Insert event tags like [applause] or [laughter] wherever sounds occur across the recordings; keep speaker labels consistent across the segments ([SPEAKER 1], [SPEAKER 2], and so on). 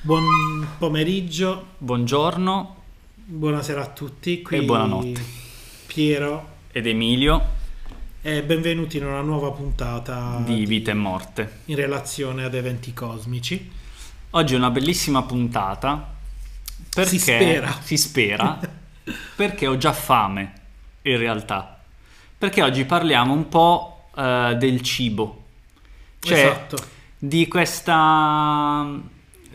[SPEAKER 1] Buon pomeriggio,
[SPEAKER 2] Buongiorno
[SPEAKER 1] buonasera a tutti. Qui
[SPEAKER 2] E buonanotte.
[SPEAKER 1] Piero
[SPEAKER 2] ed Emilio
[SPEAKER 1] e benvenuti in una nuova puntata
[SPEAKER 2] di Vita e Morte.
[SPEAKER 1] in relazione ad eventi cosmici.
[SPEAKER 2] Oggi è una bellissima puntata perché
[SPEAKER 1] Si spera. [laughs]
[SPEAKER 2] si spera, perché ho già fame in realtà. Perché oggi parliamo un po' eh, del cibo. Cioè,
[SPEAKER 1] esatto.
[SPEAKER 2] di questa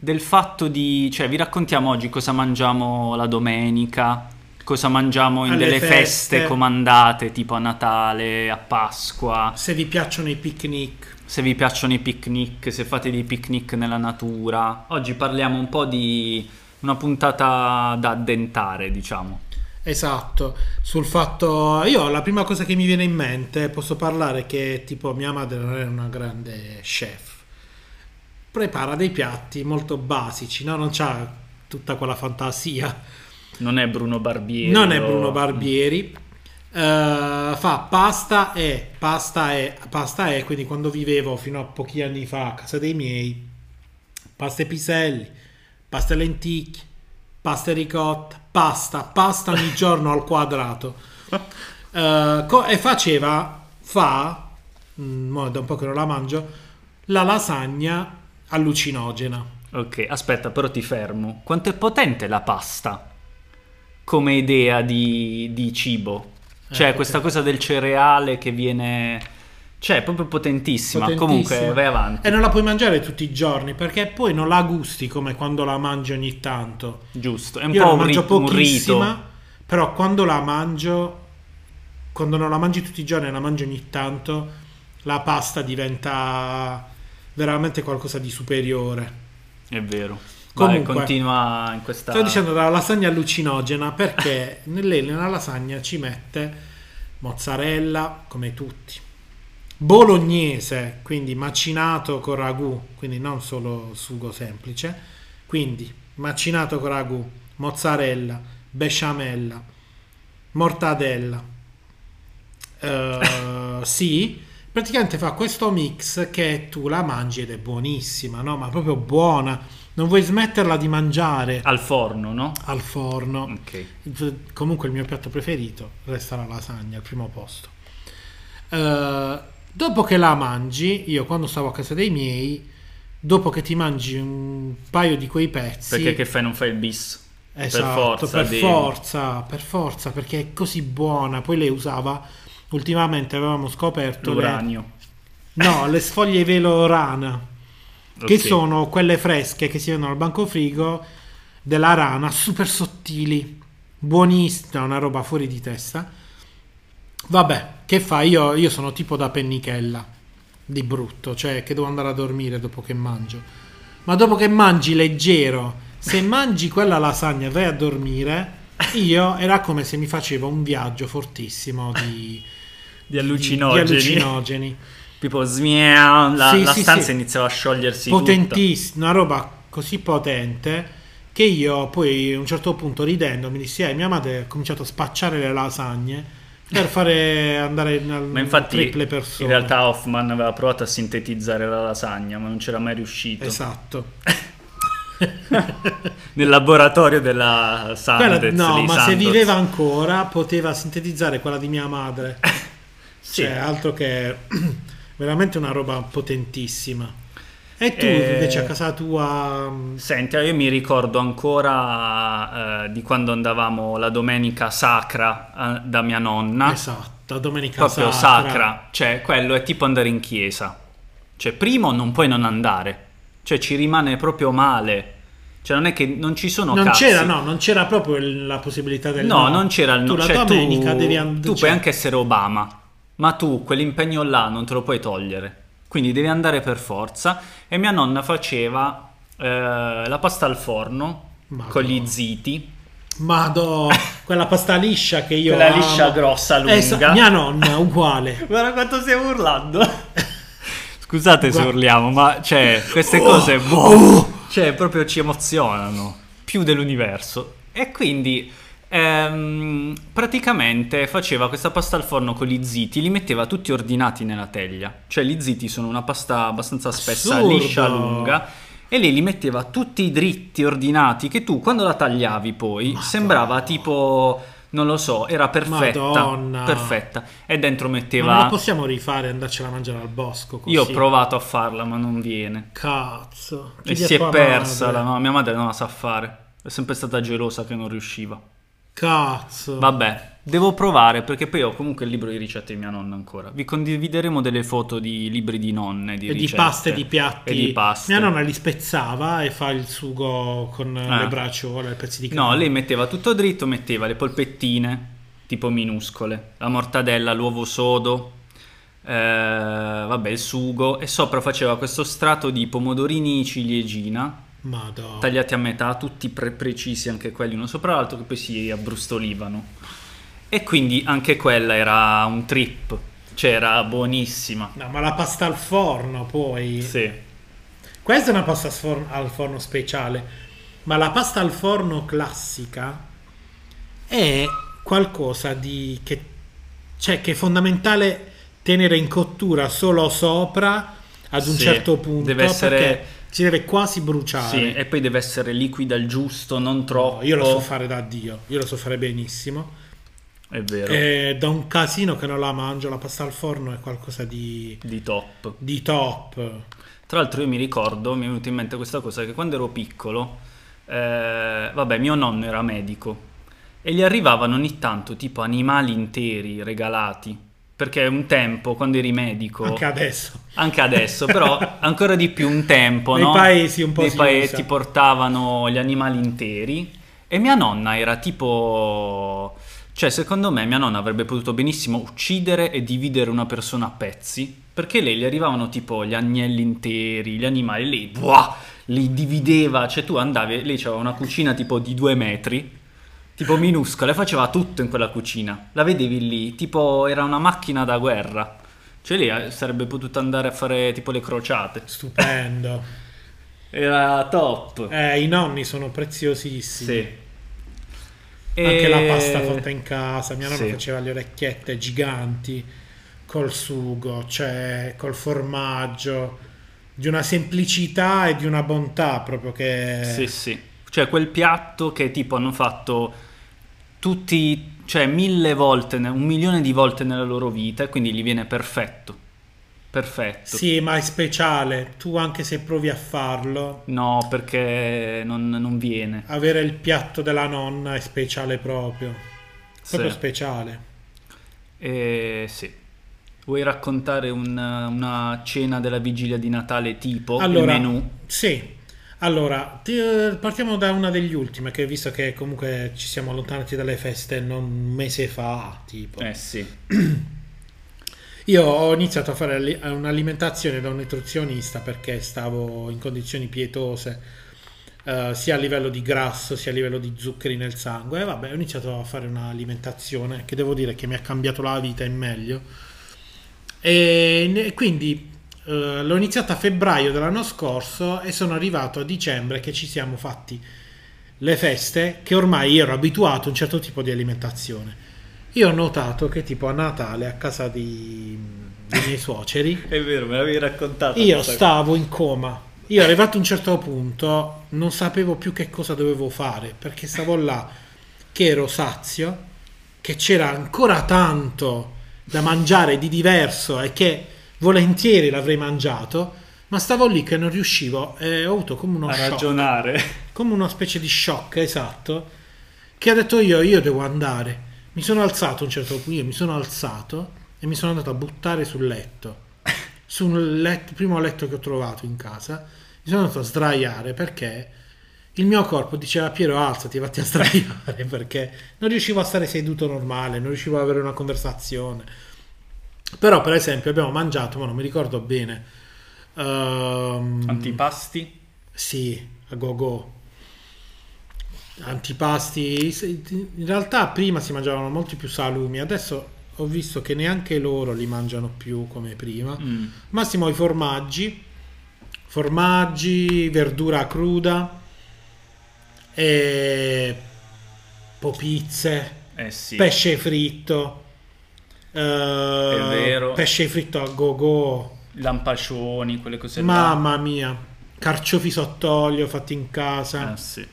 [SPEAKER 2] del fatto di cioè vi raccontiamo oggi cosa mangiamo la domenica cosa mangiamo in
[SPEAKER 1] Alle
[SPEAKER 2] delle feste.
[SPEAKER 1] feste.
[SPEAKER 2] comandate tipo a Natale a Pasqua
[SPEAKER 1] Se vi piacciono i picnic,
[SPEAKER 2] se vi piacciono i picnic se fate dei picnic nella natura oggi parliamo un po' di una puntata da addentare diciamo
[SPEAKER 1] esatto, sul fatto io la prima cosa che mi viene in mente, posso parlare che tipo mia madre non è una grande chef. Prepara dei piatti molto basici, no? Non c'ha tutta quella fantasia
[SPEAKER 2] non è Bruno Barbieri
[SPEAKER 1] non è
[SPEAKER 2] o-
[SPEAKER 1] Bruno Barbieri. eh, fa pasta e pasta e pasta e quindi quando vivevo fino a pochi anni fa a casa dei miei pasta e piselli pasta e lenticchie pasta e ricotta pasta pasta ogni giorno al quadrato Eh, co- e faceva fa mm, mo è da un po' che non la mangio la lasagna allucinogena
[SPEAKER 2] Ok, aspetta, però ti fermo. Quanto è potente la pasta come idea di, di cibo? Cioè,
[SPEAKER 1] Ecco,
[SPEAKER 2] questa cosa del cereale che viene... Cioè, è proprio potentissima. Comunque,
[SPEAKER 1] Potentissima. Eh,
[SPEAKER 2] vai avanti.
[SPEAKER 1] E non la puoi mangiare tutti i giorni perché poi non la gusti come quando la mangi ogni tanto.
[SPEAKER 2] Giusto, è un
[SPEAKER 1] Io
[SPEAKER 2] po'
[SPEAKER 1] la
[SPEAKER 2] un,
[SPEAKER 1] mangio
[SPEAKER 2] rit- un rito.
[SPEAKER 1] pochissima, però quando la mangio, quando non la mangi tutti i giorni e la mangi ogni tanto, la pasta diventa veramente qualcosa di superiore.
[SPEAKER 2] È vero. Vai,
[SPEAKER 1] Comunque,
[SPEAKER 2] continua in questa...
[SPEAKER 1] Stavo dicendo della lasagna allucinogena perché lei nella lasagna ci mette mozzarella, come tutti, bolognese, quindi macinato con ragù, quindi non solo sugo semplice, quindi macinato con ragù, mozzarella, besciamella, mortadella. Eh, sì, praticamente fa questo mix che tu la mangi ed è buonissima, no? Ma proprio buona. Non vuoi smetterla di mangiare
[SPEAKER 2] Al forno, no?
[SPEAKER 1] al forno.
[SPEAKER 2] Ok.
[SPEAKER 1] Comunque il mio piatto preferito resta la lasagna al primo posto. Eh, dopo che la mangi, io quando stavo a casa dei miei, dopo che ti mangi un paio di quei pezzi,
[SPEAKER 2] Perché che fai? Non fai il bis?
[SPEAKER 1] Esatto, per
[SPEAKER 2] forza
[SPEAKER 1] forza, per
[SPEAKER 2] devi.
[SPEAKER 1] forza, perché è così buona. Poi lei usava, ultimamente avevamo scoperto le,
[SPEAKER 2] L'uranio.
[SPEAKER 1] no, le sfoglie velo rana, che
[SPEAKER 2] Ok.
[SPEAKER 1] sono quelle fresche che si vendono al banco frigo della rana, super sottili, buonissima, una roba fuori di testa. Vabbè, che fa? Io, io sono tipo da pennichella, di brutto, cioè che devo andare a dormire dopo che mangio. Ma dopo che mangi leggero, se mangi quella lasagna e vai a dormire, io era come se mi facevo un viaggio fortissimo di,
[SPEAKER 2] Di
[SPEAKER 1] di- di
[SPEAKER 2] [laughs] allucinogeni.
[SPEAKER 1] allucinogeni.
[SPEAKER 2] [laughs] Tipo, smiam, la,
[SPEAKER 1] Sì,
[SPEAKER 2] la
[SPEAKER 1] sì,
[SPEAKER 2] stanza
[SPEAKER 1] sì.
[SPEAKER 2] iniziava a sciogliersi tutta.
[SPEAKER 1] potentissima, una roba così potente che io poi a un certo punto ridendo mi dissi, eh, mia madre ha cominciato a spacciare le lasagne
[SPEAKER 2] [laughs]
[SPEAKER 1] per fare andare in al-
[SPEAKER 2] Ma infatti
[SPEAKER 1] triple persone.
[SPEAKER 2] in realtà Hoffman aveva provato a sintetizzare la lasagna, ma non c'era mai riuscito.
[SPEAKER 1] Esatto.
[SPEAKER 2] [laughs] Nel laboratorio della
[SPEAKER 1] Quella-
[SPEAKER 2] Sandoz.
[SPEAKER 1] no,
[SPEAKER 2] lì,
[SPEAKER 1] ma se
[SPEAKER 2] Sandoz.
[SPEAKER 1] viveva ancora poteva sintetizzare quella di mia madre.
[SPEAKER 2] [laughs] Sì.
[SPEAKER 1] Cioè, altro che [clears throat] veramente una roba potentissima. E tu
[SPEAKER 2] Eh,
[SPEAKER 1] invece a casa tua mm, mh,
[SPEAKER 2] Senti, io mi ricordo ancora eh, di quando andavamo la domenica sacra eh, da mia nonna.
[SPEAKER 1] esatto, domenica
[SPEAKER 2] proprio sacra. Cioè, quello è tipo andare in chiesa. Cioè, primo non puoi non andare. Cioè, ci rimane proprio male. Cioè, non è che non ci sono
[SPEAKER 1] non
[SPEAKER 2] cazzi.
[SPEAKER 1] c'era, no, non c'era proprio il- la possibilità del
[SPEAKER 2] No, non c'era il
[SPEAKER 1] Tu
[SPEAKER 2] no.
[SPEAKER 1] la
[SPEAKER 2] cioè,
[SPEAKER 1] domenica devi cioè, andare.
[SPEAKER 2] Tu puoi anche essere Obama, ma tu quell'impegno là non te lo puoi togliere. Quindi devi andare per forza. E mia nonna faceva eh, la pasta al forno
[SPEAKER 1] Madonna.
[SPEAKER 2] con gli ziti. [laughs]
[SPEAKER 1] Madò, quella pasta liscia che io.
[SPEAKER 2] Quella
[SPEAKER 1] amo.
[SPEAKER 2] liscia grossa, lunga.
[SPEAKER 1] Esa- mia nonna, uguale.
[SPEAKER 2] [laughs] Guarda quanto stiamo urlando. Scusate se
[SPEAKER 1] Guarda.
[SPEAKER 2] urliamo, ma cioè,
[SPEAKER 1] Oh!
[SPEAKER 2] queste cose boh, cioè, proprio ci emozionano più dell'universo. E quindi ehm, praticamente faceva questa pasta al forno con gli ziti, li metteva tutti ordinati nella teglia. Cioè, gli ziti sono una pasta abbastanza spessa,
[SPEAKER 1] Assurdo.
[SPEAKER 2] liscia, lunga. E lei li metteva tutti dritti, ordinati, che tu quando la tagliavi poi
[SPEAKER 1] Madonna.
[SPEAKER 2] sembrava tipo, non lo so, era perfetta.
[SPEAKER 1] Madonna.
[SPEAKER 2] Perfetta. E dentro
[SPEAKER 1] Ma non la
[SPEAKER 2] metteva...
[SPEAKER 1] possiamo rifare e andarcela a mangiare al bosco così?
[SPEAKER 2] Io ho provato a farla, ma non viene.
[SPEAKER 1] Cazzo.
[SPEAKER 2] e
[SPEAKER 1] Chiedi a
[SPEAKER 2] si è
[SPEAKER 1] tua
[SPEAKER 2] persa,
[SPEAKER 1] madre.
[SPEAKER 2] la- no, mia madre non la sa fare. È sempre stata gelosa che non riusciva.
[SPEAKER 1] Cazzo.
[SPEAKER 2] Vabbè, devo provare perché poi ho comunque il libro di ricette di mia nonna ancora. Vi condivideremo delle foto di libri di nonne, di
[SPEAKER 1] e di
[SPEAKER 2] ricette.
[SPEAKER 1] paste e di piatti.
[SPEAKER 2] E di paste.
[SPEAKER 1] Mia nonna li spezzava e fa il sugo con
[SPEAKER 2] Eh.
[SPEAKER 1] le bracciole, i pezzi di
[SPEAKER 2] No, lei metteva tutto dritto, metteva le polpettine, tipo minuscole, la mortadella, l'uovo sodo, eh, vabbè, il sugo e sopra faceva questo strato di pomodorini ciliegina,
[SPEAKER 1] Madonna.
[SPEAKER 2] tagliati a metà, tutti pre- precisi anche quelli uno sopra l'altro, che poi si abbrustolivano. E quindi anche quella era un trip, cioè era buonissima.
[SPEAKER 1] No, ma la pasta al forno poi.
[SPEAKER 2] Sì.
[SPEAKER 1] Questa è una pasta al forno- al forno speciale. Ma la pasta al forno classica è qualcosa di che, cioè, che è fondamentale tenere in cottura solo sopra ad un
[SPEAKER 2] Sì,
[SPEAKER 1] certo punto
[SPEAKER 2] deve essere-
[SPEAKER 1] perché si deve quasi bruciare.
[SPEAKER 2] Sì, e poi deve essere liquida al giusto, non
[SPEAKER 1] No,
[SPEAKER 2] troppo.
[SPEAKER 1] io lo so fare da Dio, io lo so fare benissimo.
[SPEAKER 2] È vero,
[SPEAKER 1] Eh, da un casino che non la mangio, la pasta al forno è qualcosa di,
[SPEAKER 2] di top.
[SPEAKER 1] di top.
[SPEAKER 2] Tra l'altro io mi ricordo, mi è venuta in mente questa cosa, che quando ero piccolo, eh, vabbè, mio nonno era medico e gli arrivavano ogni tanto tipo animali interi regalati, perché un tempo, quando eri medico,
[SPEAKER 1] Anche adesso.
[SPEAKER 2] anche adesso, però
[SPEAKER 1] [laughs]
[SPEAKER 2] ancora di più un tempo,
[SPEAKER 1] Nei
[SPEAKER 2] no?
[SPEAKER 1] paesi un po'
[SPEAKER 2] Nei
[SPEAKER 1] si
[SPEAKER 2] paesi
[SPEAKER 1] usa.
[SPEAKER 2] portavano gli animali interi e mia nonna era tipo... Cioè, secondo me mia nonna avrebbe potuto benissimo uccidere e dividere una persona a pezzi, perché lei gli arrivavano tipo gli agnelli interi, gli animali, lei buah, li divideva, cioè tu andavi, lei aveva una cucina tipo di due metri, tipo minuscola, e faceva tutto in quella cucina, la vedevi lì, tipo era una macchina da guerra, cioè lei eh, sarebbe potuta andare a fare tipo le crociate,
[SPEAKER 1] Stupendo.
[SPEAKER 2] era top,
[SPEAKER 1] Eh, I nonni sono preziosissimi.
[SPEAKER 2] E-
[SPEAKER 1] Anche la pasta fatta in casa. Mia nonna
[SPEAKER 2] Sì.
[SPEAKER 1] faceva le orecchiette giganti col sugo, cioè col formaggio. Di una semplicità e di una bontà proprio che...
[SPEAKER 2] Sì, sì. Cioè quel piatto che tipo hanno fatto tutti, cioè mille volte, ne- un milione di volte nella loro vita e quindi gli viene perfetto. Perfetto.
[SPEAKER 1] Sì, ma è speciale. Tu anche se provi a farlo,
[SPEAKER 2] No, perché non, non viene.
[SPEAKER 1] avere il piatto della nonna è speciale proprio. Proprio
[SPEAKER 2] Sì.
[SPEAKER 1] speciale.
[SPEAKER 2] Eh, sì. Vuoi raccontare un- una cena della vigilia di Natale tipo
[SPEAKER 1] Allora,
[SPEAKER 2] il menù?
[SPEAKER 1] Sì. Allora, ti- eh, partiamo da una degli ultimi, che visto che comunque ci siamo allontanati dalle feste non un mese fa, tipo.
[SPEAKER 2] Eh sì.
[SPEAKER 1] Io ho iniziato a fare ali- un'alimentazione da un nutrizionista perché stavo in condizioni pietose, eh, sia a livello di grasso sia a livello di zuccheri nel sangue. E vabbè, ho iniziato a fare un'alimentazione che devo dire che mi ha cambiato la vita in meglio. E ne- quindi eh, l'ho iniziata a febbraio dell'anno scorso e sono arrivato a dicembre che ci siamo fatti le feste che ormai ero abituato a un certo tipo di alimentazione. Io ho notato che tipo a Natale a casa di- dei miei suoceri
[SPEAKER 2] È vero, me l'avevi raccontato.
[SPEAKER 1] io stavo in coma. Io arrivato a un certo punto non sapevo più che cosa dovevo fare perché stavo là che ero sazio, che c'era ancora tanto da mangiare di diverso e che volentieri l'avrei mangiato, ma stavo lì che non riuscivo e ho avuto come uno
[SPEAKER 2] a
[SPEAKER 1] shock
[SPEAKER 2] ragionare.
[SPEAKER 1] come una specie di shock, esatto, che ha detto io, io devo andare. Mi sono alzato a un certo punto, io mi sono alzato e mi sono andato a buttare sul letto, sul letto, primo letto che ho trovato in casa, mi sono andato a sdraiare perché il mio corpo diceva Piero alzati, vatti a sdraiare [laughs] perché non riuscivo a stare seduto normale, non riuscivo ad avere una conversazione. Però per esempio abbiamo mangiato, ma non mi ricordo bene. ehm,
[SPEAKER 2] [laughs] Antipasti?
[SPEAKER 1] sì, a go go. Antipasti. se- In realtà prima si mangiavano molti più salumi, adesso ho visto che neanche loro li mangiano più come prima.
[SPEAKER 2] Mm.
[SPEAKER 1] Massimo i formaggi, formaggi, verdura cruda e popizze,
[SPEAKER 2] Eh sì.
[SPEAKER 1] pesce fritto. eh,
[SPEAKER 2] vero.
[SPEAKER 1] pesce fritto a go go.
[SPEAKER 2] lampascioni, quelle cose là.
[SPEAKER 1] Mamma mia, carciofi sott'olio fatti in casa,
[SPEAKER 2] Eh, sì.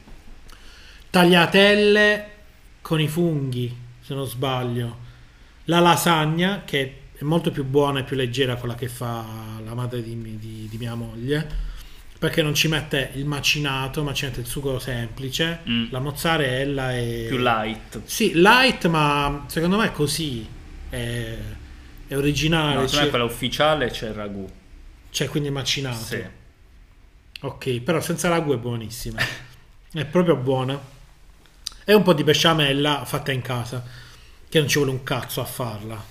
[SPEAKER 1] tagliatelle con i funghi, se non sbaglio, la lasagna che è molto più buona e più leggera quella che fa la madre di, mi- di- di mia moglie, perché non ci mette il macinato, ma ci mette il sugo semplice,
[SPEAKER 2] Mm.
[SPEAKER 1] la mozzarella e...
[SPEAKER 2] Più light.
[SPEAKER 1] Sì, light, ma secondo me è così, è, è originale,
[SPEAKER 2] No, secondo me
[SPEAKER 1] c'è,
[SPEAKER 2] quella ufficiale c'è il ragù.
[SPEAKER 1] c'è quindi il macinato.
[SPEAKER 2] Sì.
[SPEAKER 1] Ok, però senza ragù è buonissima. È proprio buona. E un po' di besciamella fatta in casa, che non ci vuole un cazzo a farla.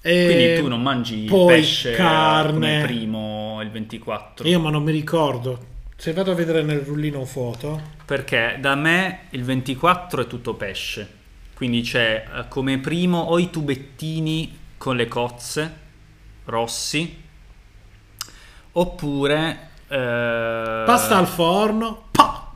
[SPEAKER 1] E
[SPEAKER 2] Quindi tu non mangi
[SPEAKER 1] poi
[SPEAKER 2] pesce
[SPEAKER 1] carne.
[SPEAKER 2] come primo il 24.
[SPEAKER 1] Io ma non mi ricordo. Se vado a vedere nel rullino foto...
[SPEAKER 2] Perché da me il 24 è tutto pesce. Quindi c'è eh, come primo o i tubettini con le cozze rossi, oppure... eh,
[SPEAKER 1] Pasta al forno... pa!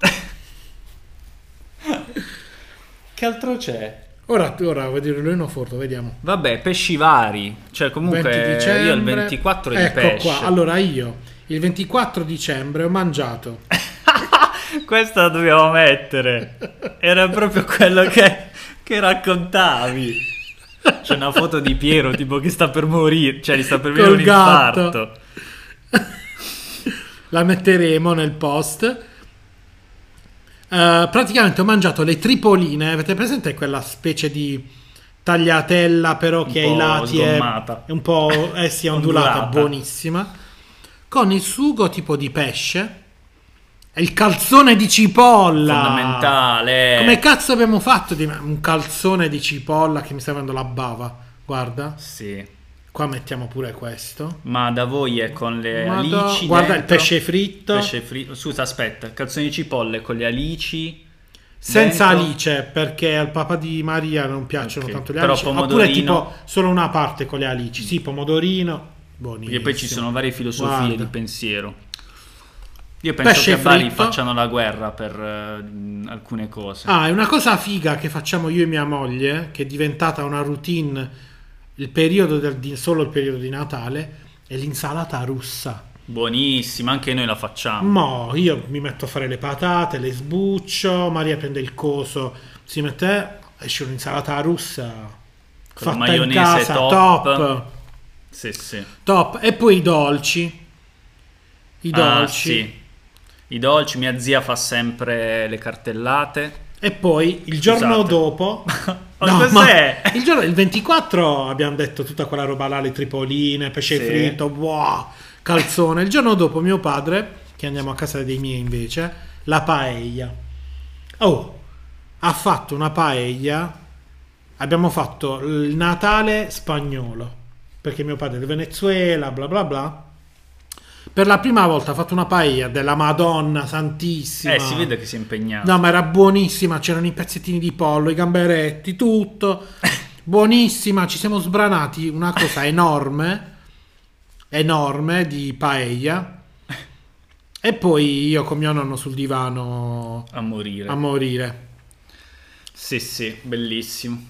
[SPEAKER 2] Che altro c'è?
[SPEAKER 1] Ora, ora vado il rullino foto, vediamo.
[SPEAKER 2] Vabbè, pesci vari. Cioè comunque
[SPEAKER 1] 20
[SPEAKER 2] io il
[SPEAKER 1] dicembre.
[SPEAKER 2] 24 è di
[SPEAKER 1] ecco
[SPEAKER 2] pesce.
[SPEAKER 1] qua, allora io il 24 dicembre ho mangiato
[SPEAKER 2] [laughs] Questa la dobbiamo mettere. Era proprio quello che, che raccontavi. [laughs] C'è una foto di Piero tipo che sta per morire, cioè gli sta per venire
[SPEAKER 1] Col
[SPEAKER 2] un
[SPEAKER 1] gatto.
[SPEAKER 2] infarto.
[SPEAKER 1] la metteremo nel post. Eh, praticamente ho mangiato le tripoline. Avete presente quella specie di tagliatella, però che
[SPEAKER 2] po'
[SPEAKER 1] ai lati è,
[SPEAKER 2] sgommata.
[SPEAKER 1] è un po' eh
[SPEAKER 2] [laughs]
[SPEAKER 1] sì, è ondulata,
[SPEAKER 2] Ondulata.
[SPEAKER 1] buonissima. Con il sugo tipo di pesce e il calzone di cipolla.
[SPEAKER 2] Fondamentale.
[SPEAKER 1] Come cazzo abbiamo fatto di un calzone di cipolla che mi sta venendo la bava? Guarda,
[SPEAKER 2] Sì.
[SPEAKER 1] qua mettiamo pure questo.
[SPEAKER 2] Ma da voi è con le
[SPEAKER 1] Madonna,
[SPEAKER 2] alici
[SPEAKER 1] guarda il
[SPEAKER 2] dentro?
[SPEAKER 1] pesce fritto.
[SPEAKER 2] Pesce fritto. Scusa, aspetta, calzoni di cipolle con le alici
[SPEAKER 1] Senza
[SPEAKER 2] dentro?
[SPEAKER 1] alice, perché al papà di Maria non piacciono
[SPEAKER 2] Ok,
[SPEAKER 1] tanto le
[SPEAKER 2] però
[SPEAKER 1] alici. Oppure
[SPEAKER 2] pomodorino. Mm.
[SPEAKER 1] tipo solo una parte con le alici. Sì, pomodorino, buonissimo.
[SPEAKER 2] Perché poi ci sono varie filosofie
[SPEAKER 1] Guarda.
[SPEAKER 2] di pensiero. Io penso
[SPEAKER 1] Pesce
[SPEAKER 2] che a Bari
[SPEAKER 1] fritto.
[SPEAKER 2] facciano la guerra per eh, alcune cose.
[SPEAKER 1] Ah, è una cosa figa che facciamo io e mia moglie, che è diventata una routine il periodo del- di- solo il periodo di Natale, è l'insalata russa.
[SPEAKER 2] Buonissima, anche noi la facciamo.
[SPEAKER 1] Mo, io mi metto a fare le patate, le sbuccio, Maria prende il coso, si mette, esce un'insalata russa
[SPEAKER 2] Con
[SPEAKER 1] fatta
[SPEAKER 2] la
[SPEAKER 1] in
[SPEAKER 2] maionese
[SPEAKER 1] casa,
[SPEAKER 2] top.
[SPEAKER 1] top.
[SPEAKER 2] Sì, sì.
[SPEAKER 1] Top. E poi i dolci. I
[SPEAKER 2] Ah,
[SPEAKER 1] dolci.
[SPEAKER 2] sì. I dolci, mia zia fa sempre le cartellate.
[SPEAKER 1] E poi il giorno
[SPEAKER 2] Scusate.
[SPEAKER 1] dopo...
[SPEAKER 2] [laughs] Ma cos'è?
[SPEAKER 1] il, giorno, il 24 abbiamo detto tutta quella roba là, le tripoline, pesce
[SPEAKER 2] Sì.
[SPEAKER 1] fritto, wow, calzone. Il giorno dopo mio padre, che andiamo a casa dei miei invece, la paella. Oh, ha fatto una paella. Abbiamo fatto il Natale spagnolo, perché mio padre è del Venezuela, bla bla bla. Per la prima volta ha fatto una paella della Madonna Santissima.
[SPEAKER 2] eh, si vede che si è impegnata.
[SPEAKER 1] No, ma era buonissima, c'erano i pezzettini di pollo, i gamberetti,
[SPEAKER 2] [laughs]
[SPEAKER 1] tutto. Buonissima, ci siamo sbranati una cosa enorme, enorme di paella. E poi io con mio nonno sul divano
[SPEAKER 2] A morire.
[SPEAKER 1] a morire.
[SPEAKER 2] sì, sì, bellissimo.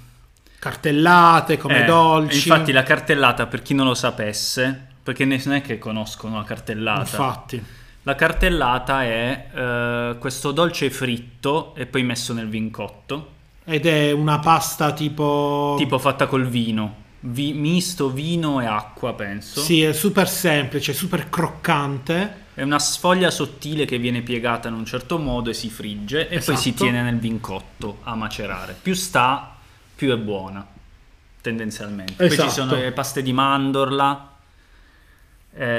[SPEAKER 1] Cartellate come
[SPEAKER 2] Eh,
[SPEAKER 1] dolci.
[SPEAKER 2] Infatti la cartellata, per chi non lo sapesse, perché ne- non è che conoscono la cartellata.
[SPEAKER 1] Infatti.
[SPEAKER 2] La cartellata è eh, questo dolce fritto e poi messo nel vincotto,
[SPEAKER 1] Ed è una pasta tipo...
[SPEAKER 2] tipo fatta col vino, Vi- misto vino e acqua, penso.
[SPEAKER 1] Sì, è super semplice, super croccante.
[SPEAKER 2] È una sfoglia sottile che viene piegata in un certo modo e si frigge e poi si
[SPEAKER 1] Esatto.
[SPEAKER 2] tiene nel vincotto a macerare. Più sta, più è buona, tendenzialmente. Poi
[SPEAKER 1] Esatto.
[SPEAKER 2] ci sono le paste di mandorla.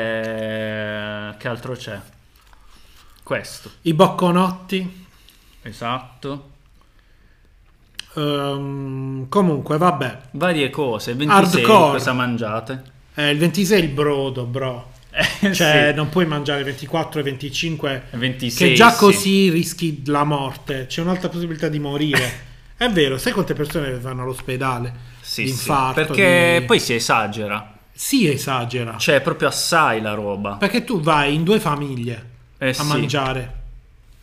[SPEAKER 2] eh, che altro c'è? Questo,
[SPEAKER 1] I bocconotti.
[SPEAKER 2] esatto.
[SPEAKER 1] Ehm, comunque, vabbè.
[SPEAKER 2] Varie cose. Il 26
[SPEAKER 1] Hardcore.
[SPEAKER 2] cosa mangiate?
[SPEAKER 1] Eh, il 26 è il brodo, bro.
[SPEAKER 2] Eh,
[SPEAKER 1] Cioè,
[SPEAKER 2] [laughs] sì.
[SPEAKER 1] non puoi mangiare 24 e 25.
[SPEAKER 2] Il 26,
[SPEAKER 1] Che già
[SPEAKER 2] sì.
[SPEAKER 1] così rischi la morte. C'è un'altra possibilità di
[SPEAKER 2] [laughs]
[SPEAKER 1] morire. È vero, sai quante persone vanno all'ospedale?
[SPEAKER 2] Sì, sì.
[SPEAKER 1] L'infarto.
[SPEAKER 2] Perché
[SPEAKER 1] di-
[SPEAKER 2] poi si esagera.
[SPEAKER 1] si esagera.
[SPEAKER 2] Cioè, è proprio assai la roba.
[SPEAKER 1] Perché tu vai in due famiglie
[SPEAKER 2] Eh,
[SPEAKER 1] a
[SPEAKER 2] sì.
[SPEAKER 1] mangiare.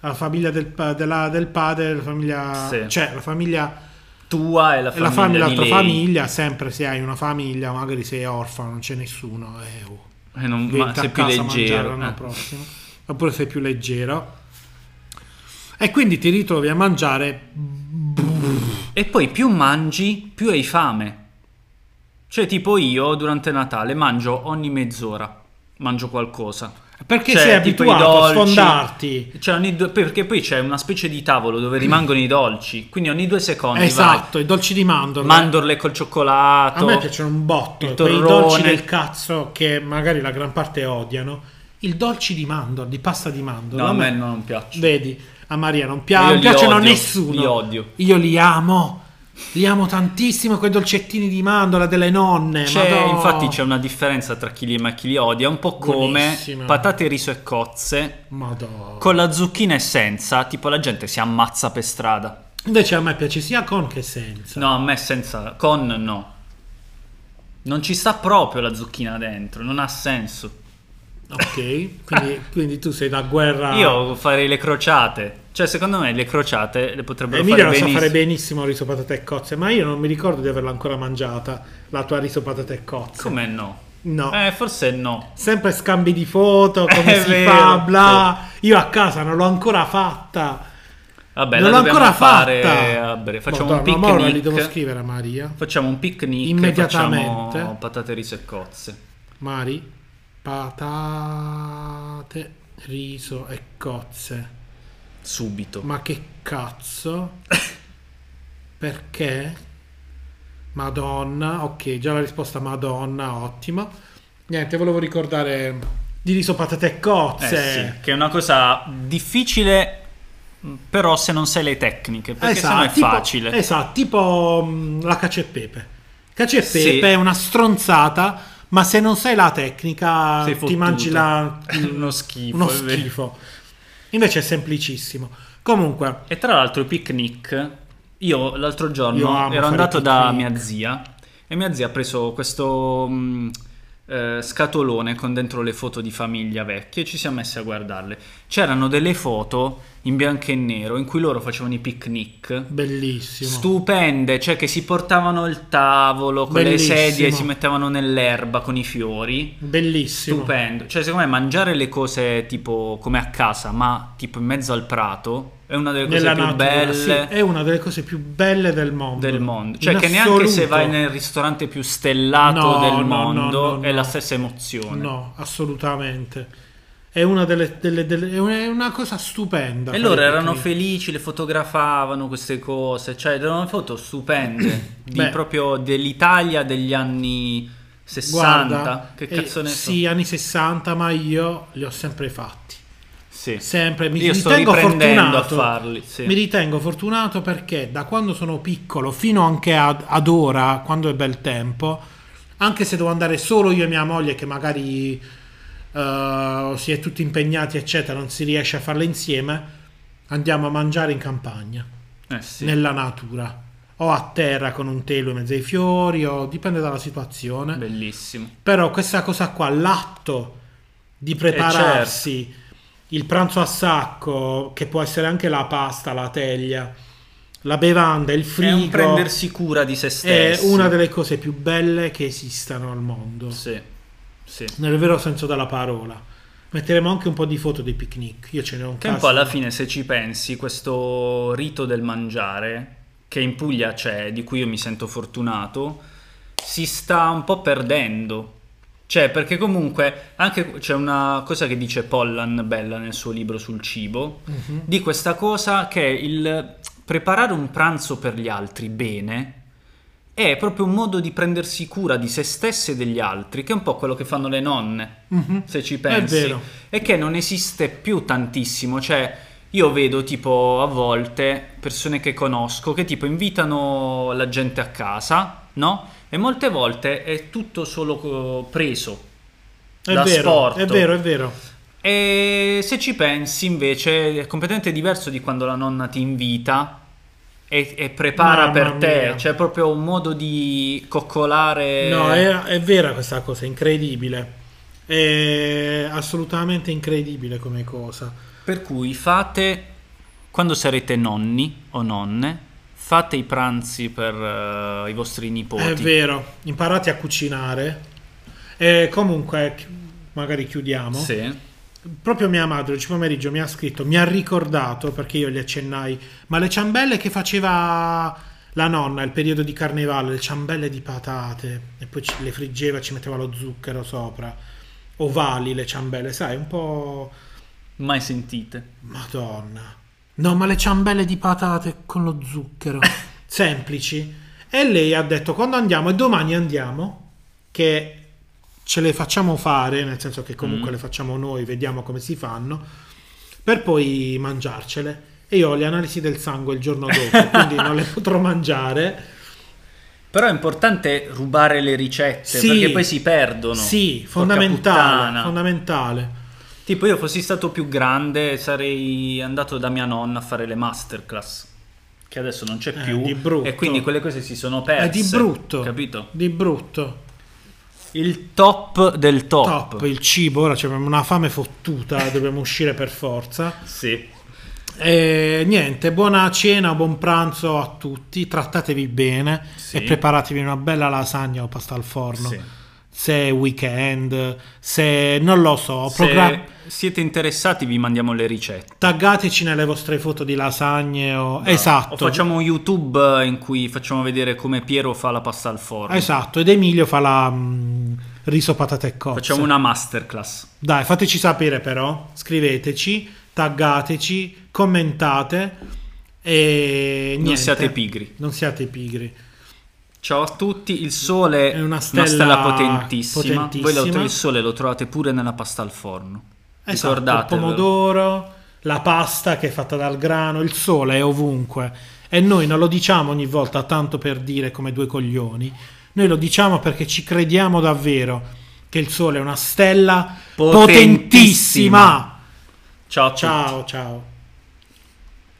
[SPEAKER 1] La famiglia del, pa- della- del padre, la famiglia...
[SPEAKER 2] Sì.
[SPEAKER 1] Cioè, la famiglia...
[SPEAKER 2] Tua e la
[SPEAKER 1] e
[SPEAKER 2] famiglia.
[SPEAKER 1] La famiglia,
[SPEAKER 2] di
[SPEAKER 1] l'altra
[SPEAKER 2] lei.
[SPEAKER 1] famiglia, sempre se hai una famiglia, magari sei orfano, non c'è nessuno. Eh, oh.
[SPEAKER 2] Eh, non- ma
[SPEAKER 1] Vieni a
[SPEAKER 2] sei più
[SPEAKER 1] casa a mangiare
[SPEAKER 2] leggero.
[SPEAKER 1] l'anno
[SPEAKER 2] eh.
[SPEAKER 1] prossimo. oppure sei più leggero. E quindi ti ritrovi a mangiare.
[SPEAKER 2] E poi più mangi, più hai fame. Cioè, tipo io durante Natale mangio ogni mezz'ora, mangio qualcosa.
[SPEAKER 1] Perché
[SPEAKER 2] Cioè,
[SPEAKER 1] sei
[SPEAKER 2] tipo
[SPEAKER 1] abituato
[SPEAKER 2] i
[SPEAKER 1] a
[SPEAKER 2] dolci.
[SPEAKER 1] sfondarti.
[SPEAKER 2] Cioè, ogni due- perché poi c'è una specie di tavolo dove rimangono i dolci, quindi ogni due secondi
[SPEAKER 1] esatto, i dolci di mandorle.
[SPEAKER 2] vai. Mandorle col
[SPEAKER 1] a
[SPEAKER 2] cioccolato.
[SPEAKER 1] me piacciono un botto.
[SPEAKER 2] il
[SPEAKER 1] quei
[SPEAKER 2] torrone.
[SPEAKER 1] dolci del cazzo che magari la gran parte odiano. Il dolce di mandorle, di pasta di mandorle.
[SPEAKER 2] No, a
[SPEAKER 1] A
[SPEAKER 2] me non piacciono.
[SPEAKER 1] Vedi, a Maria non,
[SPEAKER 2] Io
[SPEAKER 1] pia- non
[SPEAKER 2] li
[SPEAKER 1] piacciono a
[SPEAKER 2] odio,
[SPEAKER 1] nessuno.
[SPEAKER 2] Li odio.
[SPEAKER 1] Io li amo. Li amo tantissimo quei dolcettini di mandola delle nonne.
[SPEAKER 2] C'è-
[SPEAKER 1] madò.
[SPEAKER 2] Cioè, infatti c'è una differenza tra chi li ama e chi li odia, un po' come
[SPEAKER 1] Buonissima.
[SPEAKER 2] patate, riso e cozze.
[SPEAKER 1] Madò.
[SPEAKER 2] Con la zucchina e senza, tipo la gente si ammazza per strada.
[SPEAKER 1] Invece a me piace sia con che senza.
[SPEAKER 2] No, a me senza, con no. Non ci sta proprio la zucchina dentro, non ha senso.
[SPEAKER 1] Ok, quindi, quindi tu sei da guerra.
[SPEAKER 2] Io farei le crociate. Cioè, secondo me le crociate le potrebbero
[SPEAKER 1] Emilia lo
[SPEAKER 2] fare
[SPEAKER 1] sa
[SPEAKER 2] benissimo.
[SPEAKER 1] fare benissimo riso patate e cozze, ma io non mi ricordo di averla ancora mangiata, la tua riso patate e cozze.
[SPEAKER 2] Come no?
[SPEAKER 1] No.
[SPEAKER 2] Eh, forse no.
[SPEAKER 1] Sempre scambi di foto, come
[SPEAKER 2] [laughs] È
[SPEAKER 1] si
[SPEAKER 2] vero.
[SPEAKER 1] fa, bla. Io a casa non l'ho ancora fatta.
[SPEAKER 2] Vabbè,
[SPEAKER 1] non
[SPEAKER 2] la
[SPEAKER 1] l'ho
[SPEAKER 2] dobbiamo
[SPEAKER 1] ancora
[SPEAKER 2] fare
[SPEAKER 1] fatta.
[SPEAKER 2] a breve. Facciamo
[SPEAKER 1] Madonna, ma
[SPEAKER 2] un
[SPEAKER 1] ora li
[SPEAKER 2] picnic.
[SPEAKER 1] devo scrivere a Maria.
[SPEAKER 2] Facciamo un picnic
[SPEAKER 1] Immediatamente.
[SPEAKER 2] Facciamo patate, riso e cozze.
[SPEAKER 1] Mari, patate, riso e cozze.
[SPEAKER 2] Subito.
[SPEAKER 1] Ma che cazzo? Perché? Madonna, ok, già la risposta Madonna, ottimo. Niente, volevo ricordare di riso patate e cozze.
[SPEAKER 2] Eh sì, che è una cosa difficile, mh, però se non sai le tecniche, perché sennò è
[SPEAKER 1] Esatto, tipo-
[SPEAKER 2] facile.
[SPEAKER 1] Esatto, tipo mh, la cacio e pepe. Cacio e
[SPEAKER 2] Sì.
[SPEAKER 1] pepe è una stronzata, ma se non sai la tecnica
[SPEAKER 2] Sei
[SPEAKER 1] ti
[SPEAKER 2] fottuto.
[SPEAKER 1] mangi la,
[SPEAKER 2] uno schifo. [laughs]
[SPEAKER 1] uno
[SPEAKER 2] è vero.
[SPEAKER 1] schifo. Invece è semplicissimo. Comunque,
[SPEAKER 2] E tra l'altro i picnic, io l'altro
[SPEAKER 1] Io amo
[SPEAKER 2] giorno
[SPEAKER 1] fare
[SPEAKER 2] ero andato da
[SPEAKER 1] picnic.
[SPEAKER 2] mia zia e mia zia ha preso questo mh, eh, scatolone con dentro le foto di famiglia vecchie e ci siamo messi a guardarle. C'erano delle foto in bianco e nero in cui loro facevano i picnic.
[SPEAKER 1] bellissimo.
[SPEAKER 2] Stupende, cioè che si portavano il tavolo con
[SPEAKER 1] Bellissimo.
[SPEAKER 2] le sedie, si mettevano nell'erba con i fiori.
[SPEAKER 1] bellissimo.
[SPEAKER 2] Stupendo. Cioè, secondo me mangiare le cose tipo come a casa, ma tipo in mezzo al prato, è una delle cose
[SPEAKER 1] Nella
[SPEAKER 2] più
[SPEAKER 1] natura,
[SPEAKER 2] belle
[SPEAKER 1] sì, è una delle cose più belle del mondo.
[SPEAKER 2] del mondo. Cioè,
[SPEAKER 1] In
[SPEAKER 2] che neanche se vai
[SPEAKER 1] assoluto.
[SPEAKER 2] nel ristorante più stellato
[SPEAKER 1] No, no,
[SPEAKER 2] del
[SPEAKER 1] no,
[SPEAKER 2] mondo
[SPEAKER 1] no,
[SPEAKER 2] è
[SPEAKER 1] no.
[SPEAKER 2] la stessa emozione.
[SPEAKER 1] No, assolutamente. È una delle, delle- delle- è un- è una cosa stupenda.
[SPEAKER 2] E
[SPEAKER 1] fare
[SPEAKER 2] loro
[SPEAKER 1] i
[SPEAKER 2] erano
[SPEAKER 1] picnic.
[SPEAKER 2] felici, le fotografavano queste cose, cioè erano
[SPEAKER 1] [coughs]
[SPEAKER 2] foto stupende di
[SPEAKER 1] Beh.
[SPEAKER 2] proprio dell'Italia degli anni 60.
[SPEAKER 1] Guarda,
[SPEAKER 2] che
[SPEAKER 1] eh,
[SPEAKER 2] cazzo ne so.
[SPEAKER 1] Sì, anni 60, ma io li ho sempre fatti.
[SPEAKER 2] Sì.
[SPEAKER 1] Sempre mi
[SPEAKER 2] Io sto
[SPEAKER 1] ritengo
[SPEAKER 2] riprendendo a
[SPEAKER 1] fortunato.
[SPEAKER 2] farli. sì.
[SPEAKER 1] Mi ritengo fortunato perché da quando sono piccolo fino anche ad, ad ora, quando è bel tempo, anche se devo andare solo io e mia moglie, che magari eh, si è tutti impegnati, eccetera, non si riesce a farle insieme, andiamo a mangiare in campagna,
[SPEAKER 2] Eh, sì.
[SPEAKER 1] nella natura, o a terra con un telo in mezzo ai fiori, o dipende dalla situazione.
[SPEAKER 2] Bellissimo.
[SPEAKER 1] Però questa cosa qua, l'atto
[SPEAKER 2] Eh,
[SPEAKER 1] di prepararsi,
[SPEAKER 2] certo.
[SPEAKER 1] il pranzo a sacco, che può essere anche la pasta, la teglia, la bevanda, il
[SPEAKER 2] È un
[SPEAKER 1] frigo,
[SPEAKER 2] prendersi cura di se
[SPEAKER 1] è
[SPEAKER 2] stessi.
[SPEAKER 1] una delle cose più belle che esistano al mondo,
[SPEAKER 2] Sì. Sì. Che
[SPEAKER 1] nel vero senso della parola. Metteremo anche un po' di foto dei picnic, io ce ne ho un
[SPEAKER 2] un po'
[SPEAKER 1] casco.
[SPEAKER 2] alla fine, se ci pensi, questo rito del mangiare, che in Puglia c'è, di cui io mi sento fortunato, si sta un po' perdendo. Cioè, perché comunque anche c'è una cosa che dice Pollan Bella nel suo libro sul cibo,
[SPEAKER 1] Mhm.
[SPEAKER 2] di questa cosa che il preparare un pranzo per gli altri bene è proprio un modo di prendersi cura di se stessi e degli altri, che è un po' quello che fanno le nonne,
[SPEAKER 1] Mhm.
[SPEAKER 2] se ci pensi.
[SPEAKER 1] vero.
[SPEAKER 2] E che non esiste più tantissimo, cioè io vedo tipo a volte persone che conosco che tipo invitano la gente a casa, no? E molte volte è tutto solo co- preso.
[SPEAKER 1] È
[SPEAKER 2] da
[SPEAKER 1] vero,
[SPEAKER 2] sport.
[SPEAKER 1] è vero, è vero.
[SPEAKER 2] E se ci pensi invece è completamente diverso di quando la nonna ti invita e, e prepara
[SPEAKER 1] Mamma
[SPEAKER 2] per te,
[SPEAKER 1] mia.
[SPEAKER 2] cioè è proprio un modo di coccolare.
[SPEAKER 1] No, è, è vera questa cosa, incredibile. È assolutamente incredibile come cosa.
[SPEAKER 2] Per cui fate, quando sarete nonni o nonne, fate i pranzi per eh, i vostri nipoti.
[SPEAKER 1] È vero, imparate a cucinare. E comunque, chi- magari chiudiamo.
[SPEAKER 2] Sì.
[SPEAKER 1] Proprio mia madre oggi pomeriggio mi ha scritto, mi ha ricordato perché io gli accennai, ma le ciambelle che faceva la nonna il periodo di carnevale, le ciambelle di patate e poi ci- le friggeva, ci metteva lo zucchero sopra, ovali le ciambelle, sai, un po'
[SPEAKER 2] Mai sentite.
[SPEAKER 1] Madonna. No, ma le ciambelle di patate con lo zucchero.
[SPEAKER 2] [laughs]
[SPEAKER 1] Semplici. E lei ha detto quando andiamo e domani andiamo, che ce le facciamo fare, nel senso che comunque
[SPEAKER 2] Mm.
[SPEAKER 1] le facciamo noi, vediamo come si fanno, per poi mangiarcele. E io ho le analisi del sangue il giorno dopo,
[SPEAKER 2] [laughs]
[SPEAKER 1] quindi non le potrò mangiare.
[SPEAKER 2] Però è importante rubare le ricette
[SPEAKER 1] Sì.
[SPEAKER 2] perché poi si perdono.
[SPEAKER 1] Sì,
[SPEAKER 2] Porca
[SPEAKER 1] fondamentale,
[SPEAKER 2] puttana.
[SPEAKER 1] fondamentale.
[SPEAKER 2] Tipo io fossi stato più grande sarei andato da mia nonna a fare le masterclass che adesso non c'è
[SPEAKER 1] Eh,
[SPEAKER 2] più
[SPEAKER 1] di brutto.
[SPEAKER 2] e quindi quelle cose si sono
[SPEAKER 1] È
[SPEAKER 2] perse.
[SPEAKER 1] di brutto.
[SPEAKER 2] Capito?
[SPEAKER 1] Di brutto.
[SPEAKER 2] Il top del top.
[SPEAKER 1] Top, il cibo, ora c'è una fame fottuta, [laughs] dobbiamo uscire per forza.
[SPEAKER 2] Sì.
[SPEAKER 1] E niente, buona cena, buon pranzo a tutti, trattatevi bene
[SPEAKER 2] Sì.
[SPEAKER 1] e preparatevi una bella lasagna o pasta al forno.
[SPEAKER 2] Sì.
[SPEAKER 1] Se è weekend, se non lo so, progra-
[SPEAKER 2] Se siete interessati vi mandiamo le ricette.
[SPEAKER 1] taggateci nelle vostre foto di lasagne o... esatto.
[SPEAKER 2] O facciamo un YouTube eh, in cui facciamo vedere come Piero fa la pasta al forno.
[SPEAKER 1] Esatto, ed Emilio fa la mm, riso patate e cozze.
[SPEAKER 2] Facciamo una masterclass.
[SPEAKER 1] Dai, fateci sapere però, scriveteci, taggateci, commentate e
[SPEAKER 2] Non
[SPEAKER 1] niente.
[SPEAKER 2] siate pigri.
[SPEAKER 1] Non siate pigri.
[SPEAKER 2] Ciao a tutti, il sole
[SPEAKER 1] È una stella
[SPEAKER 2] potentissima. Voi lo-
[SPEAKER 1] potentissima.
[SPEAKER 2] il sole lo trovate pure nella pasta al forno.
[SPEAKER 1] Esatto, il
[SPEAKER 2] Ricordatevelo.
[SPEAKER 1] pomodoro, la pasta che è fatta dal grano, il sole è ovunque. E noi non lo diciamo ogni volta tanto per dire come due coglioni, noi lo diciamo perché ci crediamo davvero che il sole è una stella potentissima.
[SPEAKER 2] Potentissima. Ciao a tutti.
[SPEAKER 1] Ciao, ciao.